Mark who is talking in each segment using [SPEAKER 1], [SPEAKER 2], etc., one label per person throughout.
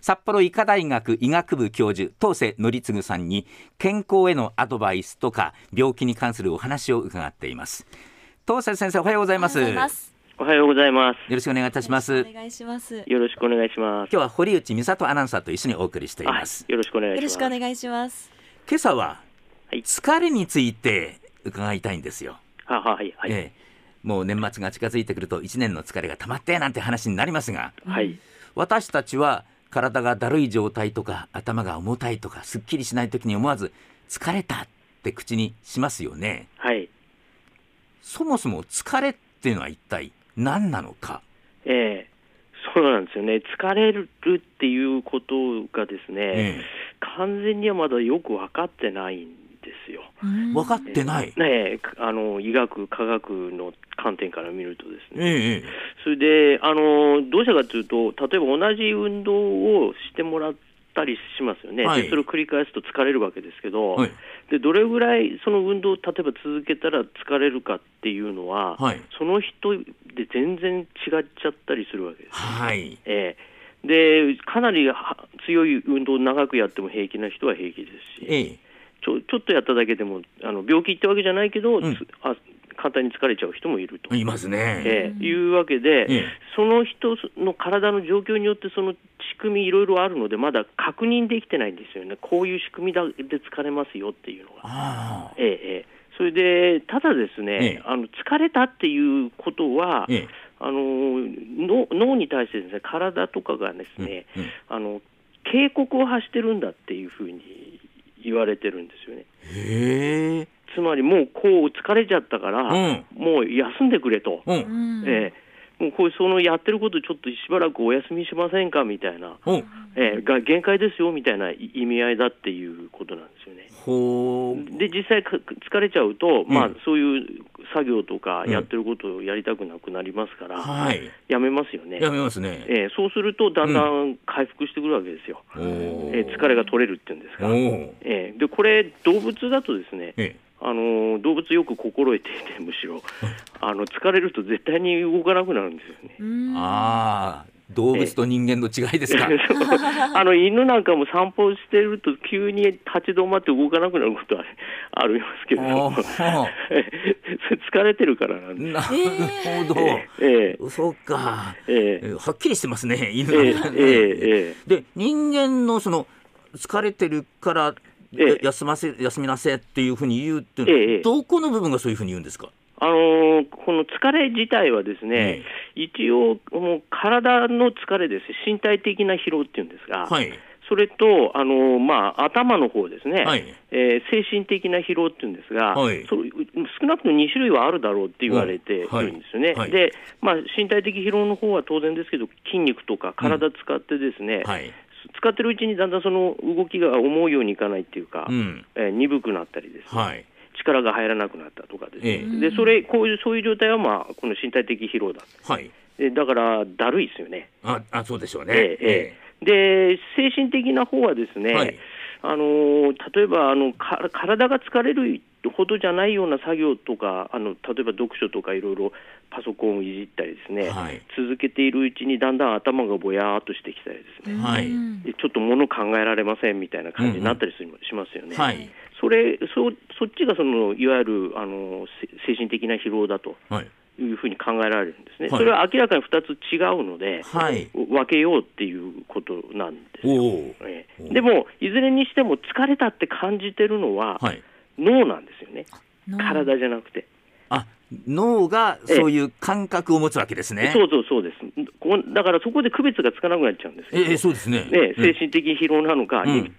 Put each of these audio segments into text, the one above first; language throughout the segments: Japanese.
[SPEAKER 1] 札幌医科大学医学部教授当世則次さんに健康へのアドバイスとか病気に関するお話を伺っています当世先生おはようございますよ
[SPEAKER 2] おはようございます。
[SPEAKER 1] ろしくお願いいたします
[SPEAKER 3] よろ
[SPEAKER 1] 今
[SPEAKER 3] くお願いします。よ
[SPEAKER 2] よろしくお願いします。
[SPEAKER 1] 日は堀内美里アナウンサーと一緒にお送りしてい
[SPEAKER 2] は
[SPEAKER 1] ます
[SPEAKER 2] い、よろしくお願いし
[SPEAKER 3] ろ
[SPEAKER 2] ま
[SPEAKER 3] し
[SPEAKER 2] す。
[SPEAKER 3] くお願いします。
[SPEAKER 1] 今朝は
[SPEAKER 2] はい
[SPEAKER 1] 疲れについて伺いたいんですよ、
[SPEAKER 2] はははいはい、
[SPEAKER 1] ええもう年末が近づいてくると1年の疲れが溜まってなんて話になりますが
[SPEAKER 2] はい、
[SPEAKER 1] 私たちは体がだるい状態とか頭が重たいとかすっきりしない時に思わず疲れたって口にしますよね
[SPEAKER 2] はい、
[SPEAKER 1] そもそも疲れっていうのは一体何なのか
[SPEAKER 2] ええそうなんですよね。疲れるっていうことがですね、
[SPEAKER 1] え
[SPEAKER 2] 完全にはまだよく分かってないんですよ。
[SPEAKER 1] え
[SPEAKER 3] 分
[SPEAKER 1] 分かってない
[SPEAKER 2] ねえ、あの医学科学の観点から見るとですね。
[SPEAKER 1] ええ
[SPEAKER 2] それで、あのどうしたかというと、例えば同じ運動をしてもらったりしますよね。
[SPEAKER 1] はい
[SPEAKER 2] でそれを繰り返すと疲れるわけですけど。
[SPEAKER 1] はい
[SPEAKER 2] でどれぐらいその運動を例えば続けたら疲れるかっていうのは、
[SPEAKER 1] はい
[SPEAKER 2] その人で全然違っちゃったりするわけです。
[SPEAKER 1] はい
[SPEAKER 2] ええでかなりは強い運動を長くやっても平気な人は平気ですし
[SPEAKER 1] ええ
[SPEAKER 2] ちょちょっとやっただけでもあの病気ってわけじゃないけど、
[SPEAKER 1] ん
[SPEAKER 2] つあ簡単に疲れちゃう人もいると、
[SPEAKER 1] いますね
[SPEAKER 2] ええいうわけで、
[SPEAKER 1] ええ
[SPEAKER 2] その人の体の状況によってその仕組みいろいろあるのでまだ確認できてないんですよねこういう仕組みだで疲れますよっていうのが。
[SPEAKER 1] ああ
[SPEAKER 2] ええええ、それで、ただですね、
[SPEAKER 1] ええ
[SPEAKER 2] あの疲れたっていうことは、
[SPEAKER 1] ええ
[SPEAKER 2] あのの脳に対してです、ね、体とかがですね、
[SPEAKER 1] うんうん
[SPEAKER 2] あの警告を発してるんだっていうふうに言われてるんですよね。
[SPEAKER 1] へえ
[SPEAKER 2] つまりもうこう疲れちゃったから、
[SPEAKER 1] うん
[SPEAKER 2] もう休んでくれと、
[SPEAKER 1] うん
[SPEAKER 2] ええ、もうこうそのやってること、ちょっとしばらくお休みしませんかみたいな、
[SPEAKER 1] うん
[SPEAKER 2] ええ、が限界ですよみたいな意味合いだっていうことなんですよね。
[SPEAKER 1] ほう
[SPEAKER 2] で実際か疲れちゃうと、まあ
[SPEAKER 1] うん
[SPEAKER 2] そういう作業とか
[SPEAKER 1] うん
[SPEAKER 2] やってることをやりたくなくなりますから、
[SPEAKER 1] はい
[SPEAKER 2] やめますよね、
[SPEAKER 1] やめますね
[SPEAKER 2] えーそうするとだんだん回復してくるわけですよ、
[SPEAKER 1] おお
[SPEAKER 2] えー疲れが取れるっていうんです
[SPEAKER 1] お
[SPEAKER 2] か、
[SPEAKER 1] お
[SPEAKER 2] えーでこれ動物だとですね、
[SPEAKER 1] ええ
[SPEAKER 2] あのー動物よく心得ていてむしろあの疲れると絶対に動かなくなるんですよね。
[SPEAKER 1] ああ動物と人間の違いですか、
[SPEAKER 2] あの犬なんかも散歩してると急に立ち止まって動かなくなることはありますけれど
[SPEAKER 1] お
[SPEAKER 2] も
[SPEAKER 1] ー
[SPEAKER 2] そ れ疲れてるからなんです
[SPEAKER 1] なるほど、
[SPEAKER 2] ええ
[SPEAKER 1] そうか、え
[SPEAKER 2] ええ
[SPEAKER 1] ーはっきりしてますね犬
[SPEAKER 2] え え
[SPEAKER 1] なんかね
[SPEAKER 2] えええ
[SPEAKER 1] で人間のその疲れてるから、
[SPEAKER 2] ええ
[SPEAKER 1] 休ませ休みなせっていうふうに言うっていうのは、
[SPEAKER 2] ええ
[SPEAKER 1] どこの部分がそういうふうに言うんですか、
[SPEAKER 2] あのーこの疲れ自体はですね、一応、もう体の疲れです、身体的な疲労っていうんですが、
[SPEAKER 1] はい
[SPEAKER 2] それと、あのーまあ、頭の方ですね、
[SPEAKER 1] はい
[SPEAKER 2] えー精神的な疲労っていうんですが、
[SPEAKER 1] はい
[SPEAKER 2] そ少なくとも2種類はあるだろうって言われているんですよね、
[SPEAKER 1] はいはい
[SPEAKER 2] でまあ、身体的疲労の方は当然ですけど、筋肉とか体使ってですね、
[SPEAKER 1] はい
[SPEAKER 2] 使ってるうちにだんだんその動きが思うようにいかないっていうか、
[SPEAKER 1] うん
[SPEAKER 2] えー鈍くなったりですね、
[SPEAKER 1] はい
[SPEAKER 2] 力が入らなくなったとかですね、
[SPEAKER 1] ええ
[SPEAKER 2] でそれこういうそういう状態は、まあ、この身体的疲労だ
[SPEAKER 1] はい
[SPEAKER 2] でだからだるいですよね、
[SPEAKER 1] ああそうでしょうね、
[SPEAKER 2] ええええで精神的な方はですね、
[SPEAKER 1] はい
[SPEAKER 2] あのー例えばあのか体が疲れるほどじゃないような作業とかあの例えば読書とかいろいろパソコンをいじったりですね、
[SPEAKER 1] はい
[SPEAKER 2] 続けているうちにだんだん頭がぼやーっとしてきたりですね、
[SPEAKER 1] はい
[SPEAKER 2] でちょっと物考えられませんみたいな感じになったりするしますよね。
[SPEAKER 1] はい
[SPEAKER 2] それそそっちがそのいわゆるあのせ精神的な疲労だと
[SPEAKER 1] はい
[SPEAKER 2] いうふうに考えられるんですね、
[SPEAKER 1] はい
[SPEAKER 2] それは明らかに2つ違うので、
[SPEAKER 1] はい
[SPEAKER 2] 分けようっていうことなんです
[SPEAKER 1] お
[SPEAKER 2] よ。
[SPEAKER 1] お
[SPEAKER 2] ええ
[SPEAKER 1] お
[SPEAKER 2] でも、いずれにしても疲れたって感じてるのは
[SPEAKER 1] はい
[SPEAKER 2] 脳なんですよね、体じゃなくて、
[SPEAKER 1] あ脳がそういう感覚を持つわけですね、
[SPEAKER 2] そうそうそうですこう、だからそこで区別がつかなくなっちゃうんですけど
[SPEAKER 1] ええそうですね
[SPEAKER 2] ね、
[SPEAKER 1] うん
[SPEAKER 2] 精神的疲労なのか、
[SPEAKER 1] うん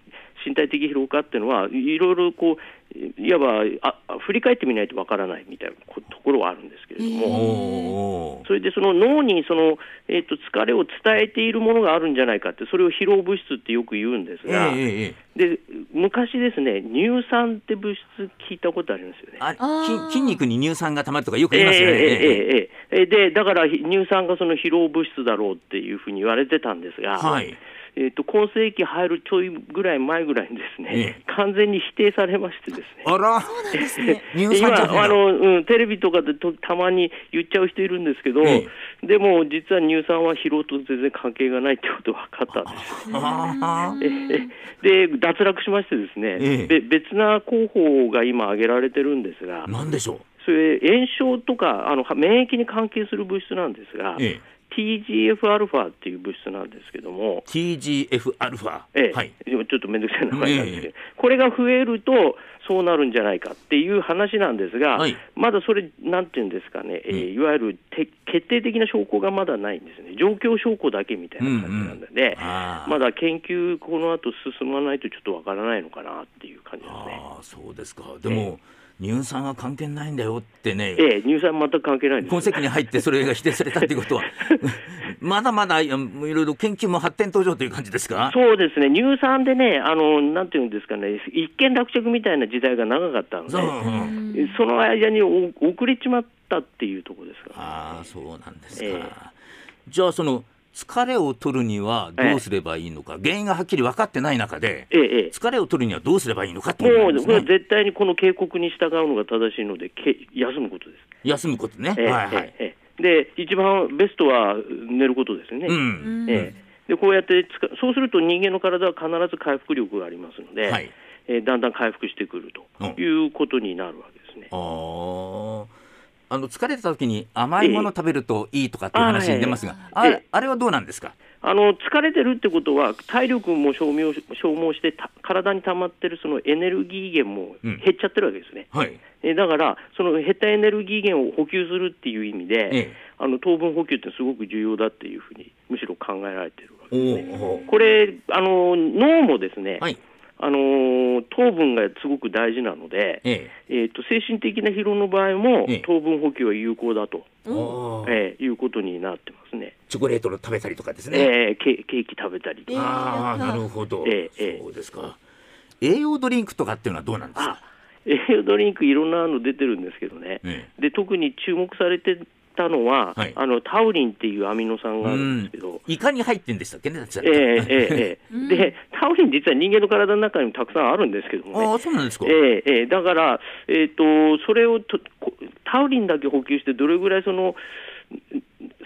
[SPEAKER 2] 身体的疲労かっていうのは、いろいろこう、いわばああ振り返ってみないとわからないみたいなこところはあるんですけれど
[SPEAKER 1] お
[SPEAKER 2] も、
[SPEAKER 1] お
[SPEAKER 2] それでその脳にその、えっと疲れを伝えているものがあるんじゃないかって、それを疲労物質ってよく言うんです
[SPEAKER 1] ええ
[SPEAKER 2] が、
[SPEAKER 1] ええええ
[SPEAKER 2] で昔ですね、乳酸って物質聞いたことありますよね。
[SPEAKER 1] あ
[SPEAKER 3] あー
[SPEAKER 1] 筋筋肉に乳酸が溜まるとかよく言
[SPEAKER 2] ええ
[SPEAKER 1] いますよね。
[SPEAKER 2] ええええええでだから乳酸がその疲労物質だろうっていうふうに言われてたんですが、
[SPEAKER 1] はい。
[SPEAKER 2] えーと、今世紀入るちょいぐらい前ぐらいにですね、完全に否定されましてですね。
[SPEAKER 1] あら、
[SPEAKER 3] そうなんですね。
[SPEAKER 1] 乳酸
[SPEAKER 2] 今
[SPEAKER 1] 菌
[SPEAKER 2] あの、うん、テレビとかでとたまに言っちゃう人いるんですけど、
[SPEAKER 1] え
[SPEAKER 2] でも実は乳酸は疲労と全然関係がないってことが分かったんです。
[SPEAKER 1] あー
[SPEAKER 2] で脱落しましてですね、
[SPEAKER 1] ええ
[SPEAKER 2] べ別な候補が今挙げられてるんですが、
[SPEAKER 1] なんでしょう。
[SPEAKER 2] それ炎症とかあのは免疫に関係する物質なんですが、
[SPEAKER 1] ええ
[SPEAKER 2] TGFα っていう物質なんですけども、
[SPEAKER 1] TGF アルファ。
[SPEAKER 2] ええ
[SPEAKER 1] はい。
[SPEAKER 2] でもちょっとめんどくさい名前なんですけ
[SPEAKER 1] え
[SPEAKER 2] ど、これが増えるとそうなるんじゃないかっていう話なんですが、
[SPEAKER 1] はい
[SPEAKER 2] まだそれ、なんていうんですかね、えーいわゆるて決定的な証拠がまだないんですね、状況証拠だけみたいな感じなんで、ね
[SPEAKER 1] あー
[SPEAKER 2] まだ研究、この後進まないとちょっとわからないのかなっていう感じですね。
[SPEAKER 1] ああ、そうですか。でも、乳酸は関係ないんだよってね。
[SPEAKER 2] ええ、乳酸全く関係ないんです
[SPEAKER 1] 今世紀に入ってそれが否定されたということは まだまだいやいろいろ研究も発展途上という感じですか
[SPEAKER 2] そうですね、乳酸でね、あのなんていうんですかね、一見落着みたいな時代が長かったので、
[SPEAKER 1] そう、うん
[SPEAKER 2] その間にお遅れちまったっていうところですか、
[SPEAKER 1] ああそうなんですか、
[SPEAKER 2] ええ
[SPEAKER 1] じゃあその疲れを取るにはどうすればいいのか、原因がはっきり分かってない中で
[SPEAKER 2] ええええ
[SPEAKER 1] 疲れを取るにはどうすればいいのかってこと
[SPEAKER 2] も
[SPEAKER 1] なんで
[SPEAKER 2] う
[SPEAKER 1] す
[SPEAKER 2] これは
[SPEAKER 1] ね
[SPEAKER 2] 絶対にこの警告に従うのが正しいので、け休むことです。
[SPEAKER 1] 休むことね、
[SPEAKER 2] ええ
[SPEAKER 1] はいはい、
[SPEAKER 2] ええええで、一番ベストは寝ることですよね。
[SPEAKER 1] うん
[SPEAKER 2] ええでこうやってつかそうすると人間の体は必ず回復力がありますので、
[SPEAKER 1] はい
[SPEAKER 2] ええだんだん回復してくるということになるわけですね。
[SPEAKER 1] あーあの疲れた時に甘いもの食べるといいとかっていう話に出ますが、あ
[SPEAKER 2] ええ
[SPEAKER 1] れあれはどうなんですか
[SPEAKER 2] あの疲れてるってことは、体力も消耗し消耗してた、体に溜まってるそのエネルギー源も
[SPEAKER 1] うん
[SPEAKER 2] 減っちゃってるわけですね。
[SPEAKER 1] はい
[SPEAKER 2] えだから、その減ったエネルギー源を補給するっていう意味で、
[SPEAKER 1] ええ
[SPEAKER 2] あの糖分補給ってすごく重要だっていうふうに、むしろ考えられてるわけ
[SPEAKER 1] おーお
[SPEAKER 2] これあの、脳もですね、
[SPEAKER 1] ーはい
[SPEAKER 2] あの糖分がすごく大事なので、え
[SPEAKER 1] ええ
[SPEAKER 2] ー、と精神的な疲労の場合も
[SPEAKER 1] ええ、
[SPEAKER 2] 糖分補給は有効だと、
[SPEAKER 1] おー
[SPEAKER 2] えーいうことになってますね。
[SPEAKER 1] チョコレートを食べたりとかですね。
[SPEAKER 2] えーケケーキ食べたりとか
[SPEAKER 3] え
[SPEAKER 1] ああ、
[SPEAKER 3] やった
[SPEAKER 1] なるほど、
[SPEAKER 2] ええええ
[SPEAKER 1] そうですか。栄養ドリンクとかっていうのはどうなんです
[SPEAKER 2] あ
[SPEAKER 1] か。
[SPEAKER 2] 栄養ドリンクいろんなの出てるんですけどね、
[SPEAKER 1] え
[SPEAKER 2] で特に注目されてたのは、
[SPEAKER 1] はい
[SPEAKER 2] あのタウリンっていうアミノ酸
[SPEAKER 1] え
[SPEAKER 2] があるんですけど、
[SPEAKER 1] イカに入ってんでしたっけね、だって
[SPEAKER 2] ええええ ええ
[SPEAKER 3] うん
[SPEAKER 2] でタウリン実は人間の体の中にもたくさんあるんですけども
[SPEAKER 1] あ
[SPEAKER 2] ね。
[SPEAKER 1] あ、そうなんですか。
[SPEAKER 2] ええええだから、えっとそれをとこタウリンだけ補給して、どれぐらいその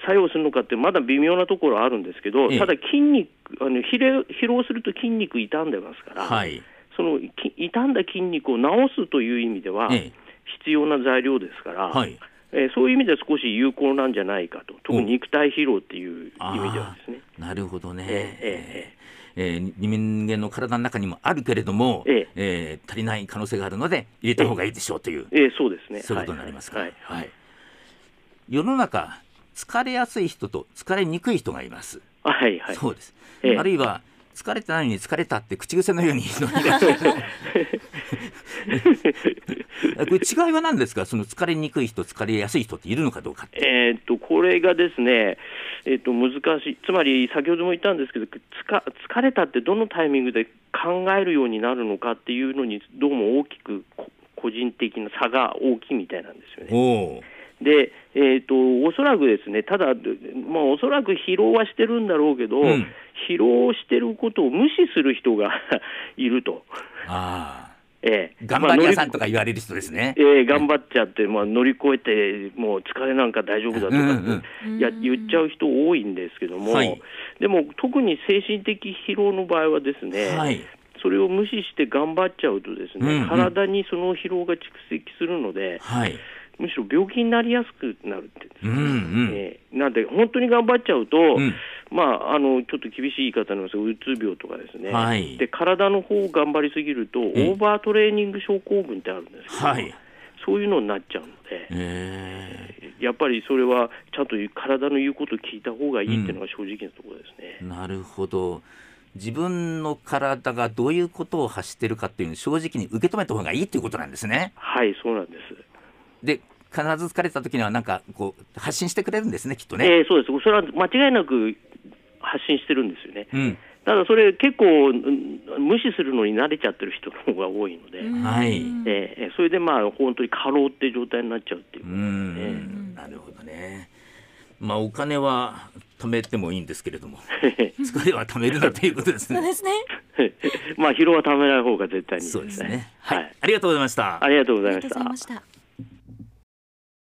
[SPEAKER 2] 作用するのかって、まだ微妙なところあるんですけど、
[SPEAKER 1] ええ
[SPEAKER 2] ただ筋肉あの疲労、疲労すると筋肉傷んでますから、
[SPEAKER 1] はい。
[SPEAKER 2] そのき傷んだ筋肉を治すという意味では、
[SPEAKER 1] ええ
[SPEAKER 2] 必要な材料ですから、
[SPEAKER 1] はい。
[SPEAKER 2] えーそういう意味では少し有効なんじゃないかと、特
[SPEAKER 1] お
[SPEAKER 2] に肉体疲労っていう意味では
[SPEAKER 1] あ
[SPEAKER 2] ですね。
[SPEAKER 1] あ、なるほどね。
[SPEAKER 2] ええ
[SPEAKER 1] ええ人間の体の中にもあるけれども、
[SPEAKER 2] ええ
[SPEAKER 1] え足りない可能性があるので入れた方がいいでしょうという、
[SPEAKER 2] えーそうですね。
[SPEAKER 1] そういうことになりますか、
[SPEAKER 2] はい。はい
[SPEAKER 1] はい世の中疲れやすい人と疲れにくい人がいます、
[SPEAKER 2] はいはい
[SPEAKER 1] そうです、
[SPEAKER 2] ええ
[SPEAKER 1] あるいは疲れてないのに疲れたって口癖のよう に言うのにこれ違いは何ですかその疲れにくい人疲れやすい人っているのかどうかって
[SPEAKER 2] えーっとこれがですね、えーっと難しい、つまり先ほども言ったんですけど、つか疲れたってどのタイミングで考えるようになるのかっていうのに、どうも大きくこ個人的な差が大きいみたいなんですよね。
[SPEAKER 1] おお
[SPEAKER 2] で、えー、とおそらくですね、ただ、まあ、おそらく疲労はしてるんだろうけど、
[SPEAKER 1] うん
[SPEAKER 2] 疲労してることを無視する人が いると、
[SPEAKER 1] ああ
[SPEAKER 2] ええ
[SPEAKER 1] 頑張り屋さん
[SPEAKER 2] まあ乗
[SPEAKER 1] とか言われる人ですね、
[SPEAKER 2] りええ頑張っちゃって、まあ、乗り越えて、もう疲れなんか大丈夫だとかって
[SPEAKER 3] うんうん
[SPEAKER 2] いや言っちゃう人多いんですけども、
[SPEAKER 1] はい
[SPEAKER 2] でも特に精神的疲労の場合はですね、
[SPEAKER 1] はい
[SPEAKER 2] それを無視して頑張っちゃうとですね、
[SPEAKER 1] うんうん
[SPEAKER 2] 体にその疲労が蓄積するので、
[SPEAKER 1] はい
[SPEAKER 2] むしろ病気になりやすくなるって
[SPEAKER 1] うんうん、
[SPEAKER 2] えーなんで、本当に頑張っちゃうと、
[SPEAKER 1] ん
[SPEAKER 2] まあ、あのちょっと厳しい言い方になりますが、うつ病とかですね、
[SPEAKER 1] はい
[SPEAKER 2] で体の方を頑張りすぎると、オーバートレーニング症候群ってあるんですけど、
[SPEAKER 1] はい
[SPEAKER 2] そういうのになっちゃうので、
[SPEAKER 1] え
[SPEAKER 2] やっぱりそれはちゃんと体の言うことを聞いた方がいいっていうのが正直なところですね。
[SPEAKER 1] えなるほど自分の体がどういうことを発してるかっていうのを正直に受け止めた方がいいということなんですね
[SPEAKER 2] はい、そうなんです。
[SPEAKER 1] で必ず疲れた時にはなんかこう発信してくれるんですねきっとね、
[SPEAKER 2] えーそうです。それは間違いなく発信してるんですよね。
[SPEAKER 1] うん
[SPEAKER 2] ただそれ結構うん無視するのに慣れちゃってる人の方が多いので、
[SPEAKER 1] はい
[SPEAKER 2] えーそれでまあ本当に過労って状態になっちゃうっていう
[SPEAKER 1] うーん、なるほどね。まあ、お金は貯めてもいいんですけれども、疲れは貯めるなということです
[SPEAKER 3] そう
[SPEAKER 1] ね。
[SPEAKER 3] ですね。
[SPEAKER 2] まあ疲労はためない方が絶対にいい
[SPEAKER 1] そうですね。は
[SPEAKER 2] はいい、
[SPEAKER 1] ありがとうございました。
[SPEAKER 2] ありがとうご
[SPEAKER 3] あ
[SPEAKER 2] ざ
[SPEAKER 3] り
[SPEAKER 2] い
[SPEAKER 3] が
[SPEAKER 2] ま
[SPEAKER 3] とう
[SPEAKER 2] し
[SPEAKER 3] ござい
[SPEAKER 2] た
[SPEAKER 3] ま。した。